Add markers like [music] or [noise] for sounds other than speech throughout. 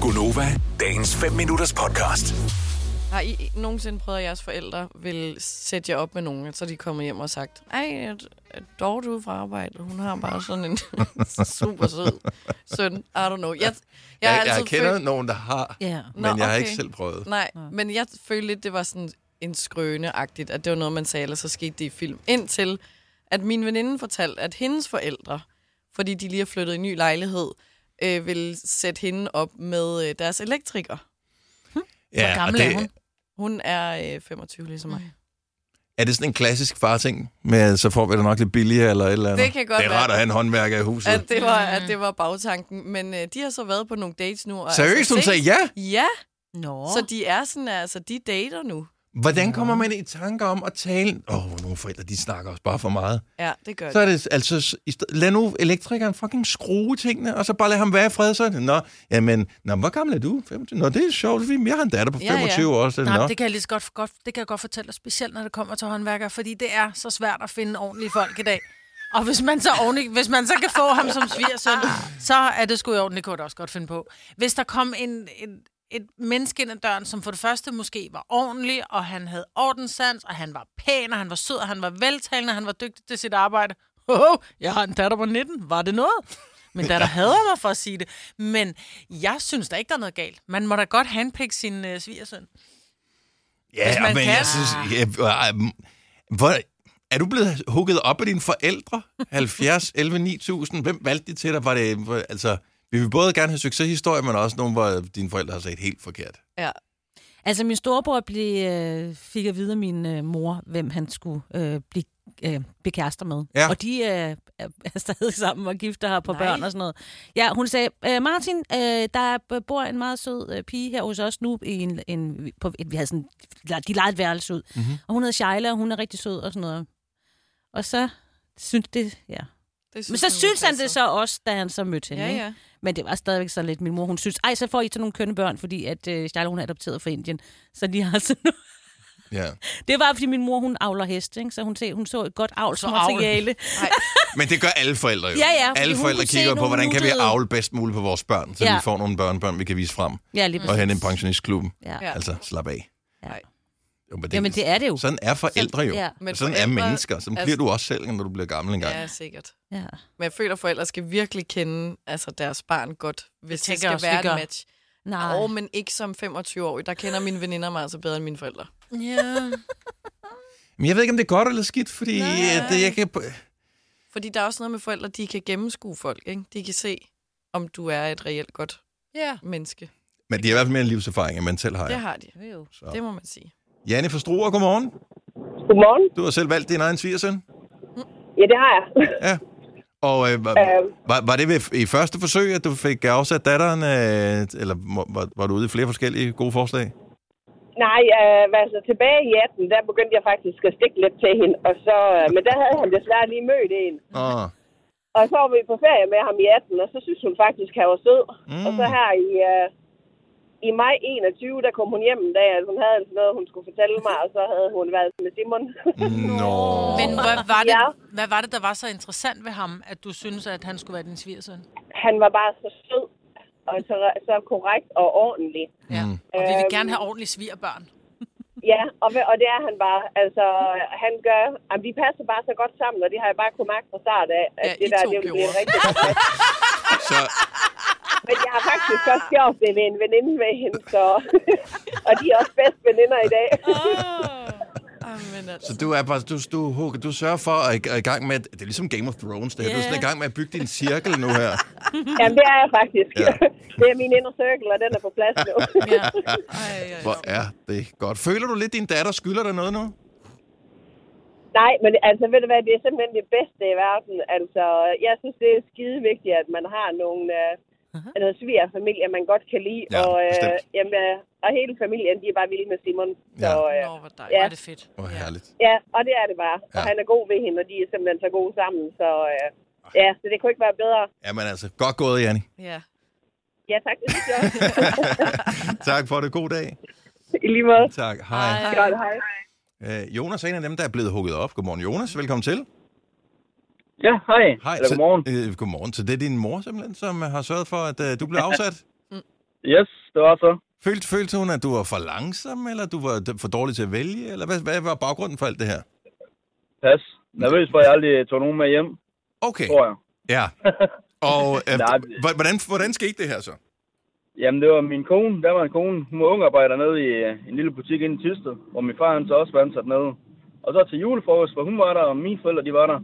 Gunova, dagens 5 minutters podcast. Har I nogensinde prøvet, at jeres forældre vil sætte jer op med nogen, og så er de kommet hjem og sagt, ej, dog du fra arbejde, hun har bare sådan en [laughs] super sød søn. I don't know. Jeg, jeg, har Jeg, altid jeg, jeg kender følt, nogen, der har, Ja. men Nå, jeg har okay. ikke selv prøvet. Nej, men jeg følte lidt, det var sådan en skrøneagtigt, at det var noget, man sagde, eller så skete det i film. Indtil, at min veninde fortalte, at hendes forældre, fordi de lige har flyttet i en ny lejlighed, øh, ville sætte hende op med øh, deres elektriker. og gammel det, er hun? Hun er øh, 25, ligesom mig. Er det sådan en klassisk farting med, så får vi det nok lidt billigere eller et eller andet? Det kan godt Det er rart være. at have en håndværker i huset. at det var, at det var bagtanken. Men øh, de har så været på nogle dates nu. Og Seriøst, hun altså, ses. sagde ja? Ja, Nå. så de er sådan, altså, de dater nu. Hvordan kommer man i tanke om at tale? Åh, oh, nogle forældre, de snakker også bare for meget. Ja, det gør Så de. er det altså, s- i sted- lad nu elektrikeren fucking skrue tingene, og så bare lad ham være i fred. Så, er det, nå, jamen, nå, hvor gammel er du? 25? Nå, det er sjovt, fordi jeg har en datter på Ja, ja. 25 år. Så, Nej, nå. men det kan jeg lige så godt, godt, det kan jeg godt fortælle dig, specielt når det kommer til håndværkere, fordi det er så svært at finde ordentlige folk i dag. Og hvis man så, ordentligt, hvis man så kan få ham som svigersøn, så er det sgu i orden, det kunne jeg da også godt finde på. Hvis der kom en, en, et menneske ind ad døren, som for det første måske var ordentlig, og han havde ordenssans, og han var pæn, og han var sød, og han var veltalende, og han var dygtig til sit arbejde. Oh, jeg har en datter på 19. Var det noget? Min datter hader mig for at sige det. Men jeg synes da ikke, der er noget galt. Man må da godt handpikke sin øh, svigersøn. Ja, man men kan. jeg synes... Ja, øh, hvor, er du blevet hugget op af dine forældre? 70, 11, 9000? Hvem valgte de til dig? Var det, hvor- altså, vi vil både gerne have succeshistorier, men også nogle, hvor dine forældre har sagt helt forkert. Ja. Altså, min storebror blev, øh, fik at vide af min øh, mor, hvem han skulle øh, blive, øh, blive kærester med. Ja. Og de øh, er- er stadig [laughs] sammen og gifter her på Nej. børn og sådan noget. Ja, hun sagde, øh, Martin, øh, der b- bor en meget sød øh, pige her hos os nu. I en, en, på, et- vi havde sådan, de lejede et værelse ud. Mm-hmm. Og hun hedder Sheila, og hun er rigtig sød og sådan noget. Og så synes det, ja. Det Men så hun synes han passer. det så også, da han så mødte hende. Ja, ikke? ja. Men det var stadigvæk sådan lidt, min mor, hun synes, ej, så får I sådan nogle kønne børn, fordi at øh, Stjæle, hun er adopteret fra Indien. Så de har sådan nogle... Ja. [laughs] Det var, fordi min mor, hun avler heste, ikke? så hun, se, hun så et godt avlsmateriale. Nej, Men det gør alle forældre jo. Ja, ja, fordi alle hun forældre kunne se kigger på, nogle hvordan kan vi nuttede- avle bedst muligt på vores børn, så ja. Ja. vi får nogle børnebørn, vi kan vise frem Ja, lige og præcis. hen i pensionistklubben. Ja. Ja. Ja. Altså, slap af. Ja. Jo, men det, Jamen, det er det jo. Sådan er forældre jo. Sådan- ja. Ja. altså- Men Sådan er forældre- mennesker. Sådan bliver du også selv, når du bliver gammel engang. ja, sikkert. Ja. Men jeg føler, at forældre skal virkelig kende altså, deres barn godt, hvis det tænker skal jeg også, være vi gør. et match. Nej. Og, men ikke som 25-årig. Der kender mine veninder mig altså bedre end mine forældre. Ja. Men jeg ved ikke, om det er godt eller skidt, fordi øh, det, jeg kan... Fordi der er også noget med forældre, de kan gennemskue folk. Ikke? De kan se, om du er et reelt godt Ja. menneske. Men de har i hvert fald mere livserfaring, end man selv har. Det Ja. har de. Det må man sige. Janne fra Struer, godmorgen. Godmorgen. Du har selv valgt din egen svigersøn. Ja, det har jeg. [laughs] Ja. Og øh, var, var, var det ved, i første forsøg, at du fik afsat datteren, øh, eller må- var, var du ude i flere forskellige gode forslag? Nej, øh, altså tilbage i 18, der begyndte jeg faktisk at stikke lidt til hende. Og så, øh, men der havde han desværre lige mødt en. Åh, Og så var vi på ferie med ham i 18, og så synes hun faktisk, at han var sød. Mm. Og så her i, øh, i maj 21, der kom hun hjem en dag, og hun havde altså noget, hun skulle fortælle mig, og så havde hun været med Simon. Mm. nå. [laughs] Men hvad var, det, Ja. hvad var det, der var så interessant ved ham, at du synes, at han skulle være din svigersøn? [laughs] han var bare så sød, og så, så korrekt og ordentlig. Ja. Mm. Og vi Øhm. vil gerne have ordentlige svigerbørn. Ja, og, ve- og det er han bare. Altså, han gør... Jamen, vi passer bare så godt sammen, og det har jeg bare kunne mærke fra start af. At Ja, det I der, to det vil blive gjorde. rigtig Så, Men jeg har faktisk også gjort det ved en veninde med hende, så... [laughs] og de er også bedst veninder i dag. Amen, altså. så du er bare, du, du, Hugo, du sørger for at er i gang med, at, det er ligesom Game of Thrones, det her. Yeah. Du er sådan i gang med at bygge din cirkel nu [laughs] her. Jamen, det er jeg faktisk. Ja. [laughs] det er min inner circle, og den er på plads [laughs] nu. Ja. Ej, ej, Hvor er det godt. Føler du lidt, din datter skylder dig noget nu? Nej, men altså, ved du hvad, det er simpelthen det bedste i verden. Altså, jeg synes, det er skide vigtigt, at man har nogle... Øh, noget svigerfamilie, man godt kan lide. Ja, og, bestemt. jamen, øh, og hele familien, de er bare vilde med Simon. Så, Ja. øh, Nå, hvor dejligt. Var Ja. det fedt. Hvor herligt. Ja, og det er det bare. Ja. Og Ja. han er god ved hende, og de er simpelthen så gode sammen. Så øh, ja, så det kunne ikke være bedre. Jamen altså, godt gået, Janne. Ja. Ja, [laughs] tak. Det synes jeg også. Tak for det. God dag. I lige måde. Tak. Hej. Hej. Godt, hej. Øh, Jonas er en af dem, der er blevet hugget op. Godmorgen, Jonas. Velkommen til. Ja, hej. Eller godmorgen. Så, øh, godmorgen. Så det er din mor simpelthen, som øh, har sørget for, at øh, du blev afsat? Yes, det var så. Følte, følte hun, at du var for langsom, eller du var d- for dårlig til at vælge? Eller hvad, hvad var baggrunden for alt det her? Pas. Nervøs for, at jeg aldrig tog nogen med hjem, Okay, tror jeg. ja. Og øh, [laughs] Nej, h- hvordan, hvordan skete det her så? Jamen, det var min kone. Der var en kone. Hun var ungarbejder nede i øh, en lille butik inde i Tisted, hvor min far han så også var ansat nede. Og så til julefrokost, hvor hun var der, og mine forældre de var der,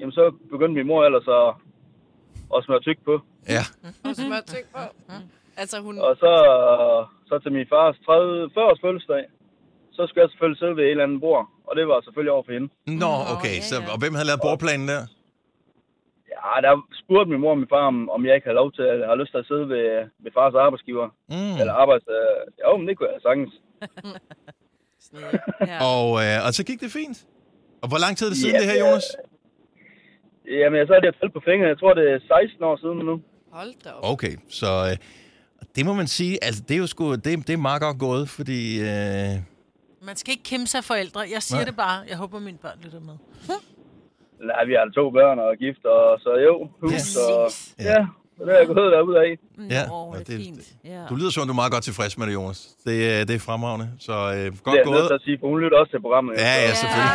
jamen så begyndte min mor ellers at, at smøre tyk på. Ja, Og smør tyk på. Altså, hun... Og så, øh, så til min fars 30, 40 års fødselsdag, så skulle jeg selvfølgelig sidde ved et eller andet bord. Og det var selvfølgelig over for hende. nå, okay. Så, og hvem havde lavet bordplanen der? Ja, der spurgte min mor og min far, om, om jeg ikke havde lov til, eller har lyst til at sidde ved, ved fars arbejdsgiver. Mm. Eller arbejds... Øh, jo, men det kunne jeg sagtens. Og, øh, og så gik det fint. Og hvor lang tid er det siden Ja, det det her, er- Jonas? Jamen, så er det jeg faldt på fingrene. Jeg tror, det er 16 år siden nu. Hold da op. Okay, så øh, det må man sige, altså det er jo sgu, det, det er meget godt gået, fordi... Øh, Man skal ikke kæmpe sig forældre. Jeg siger Nej. Nej. det bare. Jeg håber, mine børn lytter med. Nej, vi har altså to børn og er gift, og så jo, hus, og... Ja. Ja, så det er jeg gået derude af. Ja, Nå, og Mm, det er det- fint. Ja. du lyder som, om du er meget godt tilfreds med det, Jonas. Det, øh, det er fremragende, så øh, godt Det er jeg nødt til gået. at sige, for hun lytter også til programmet. jo. Ja, ja, selvfølgelig.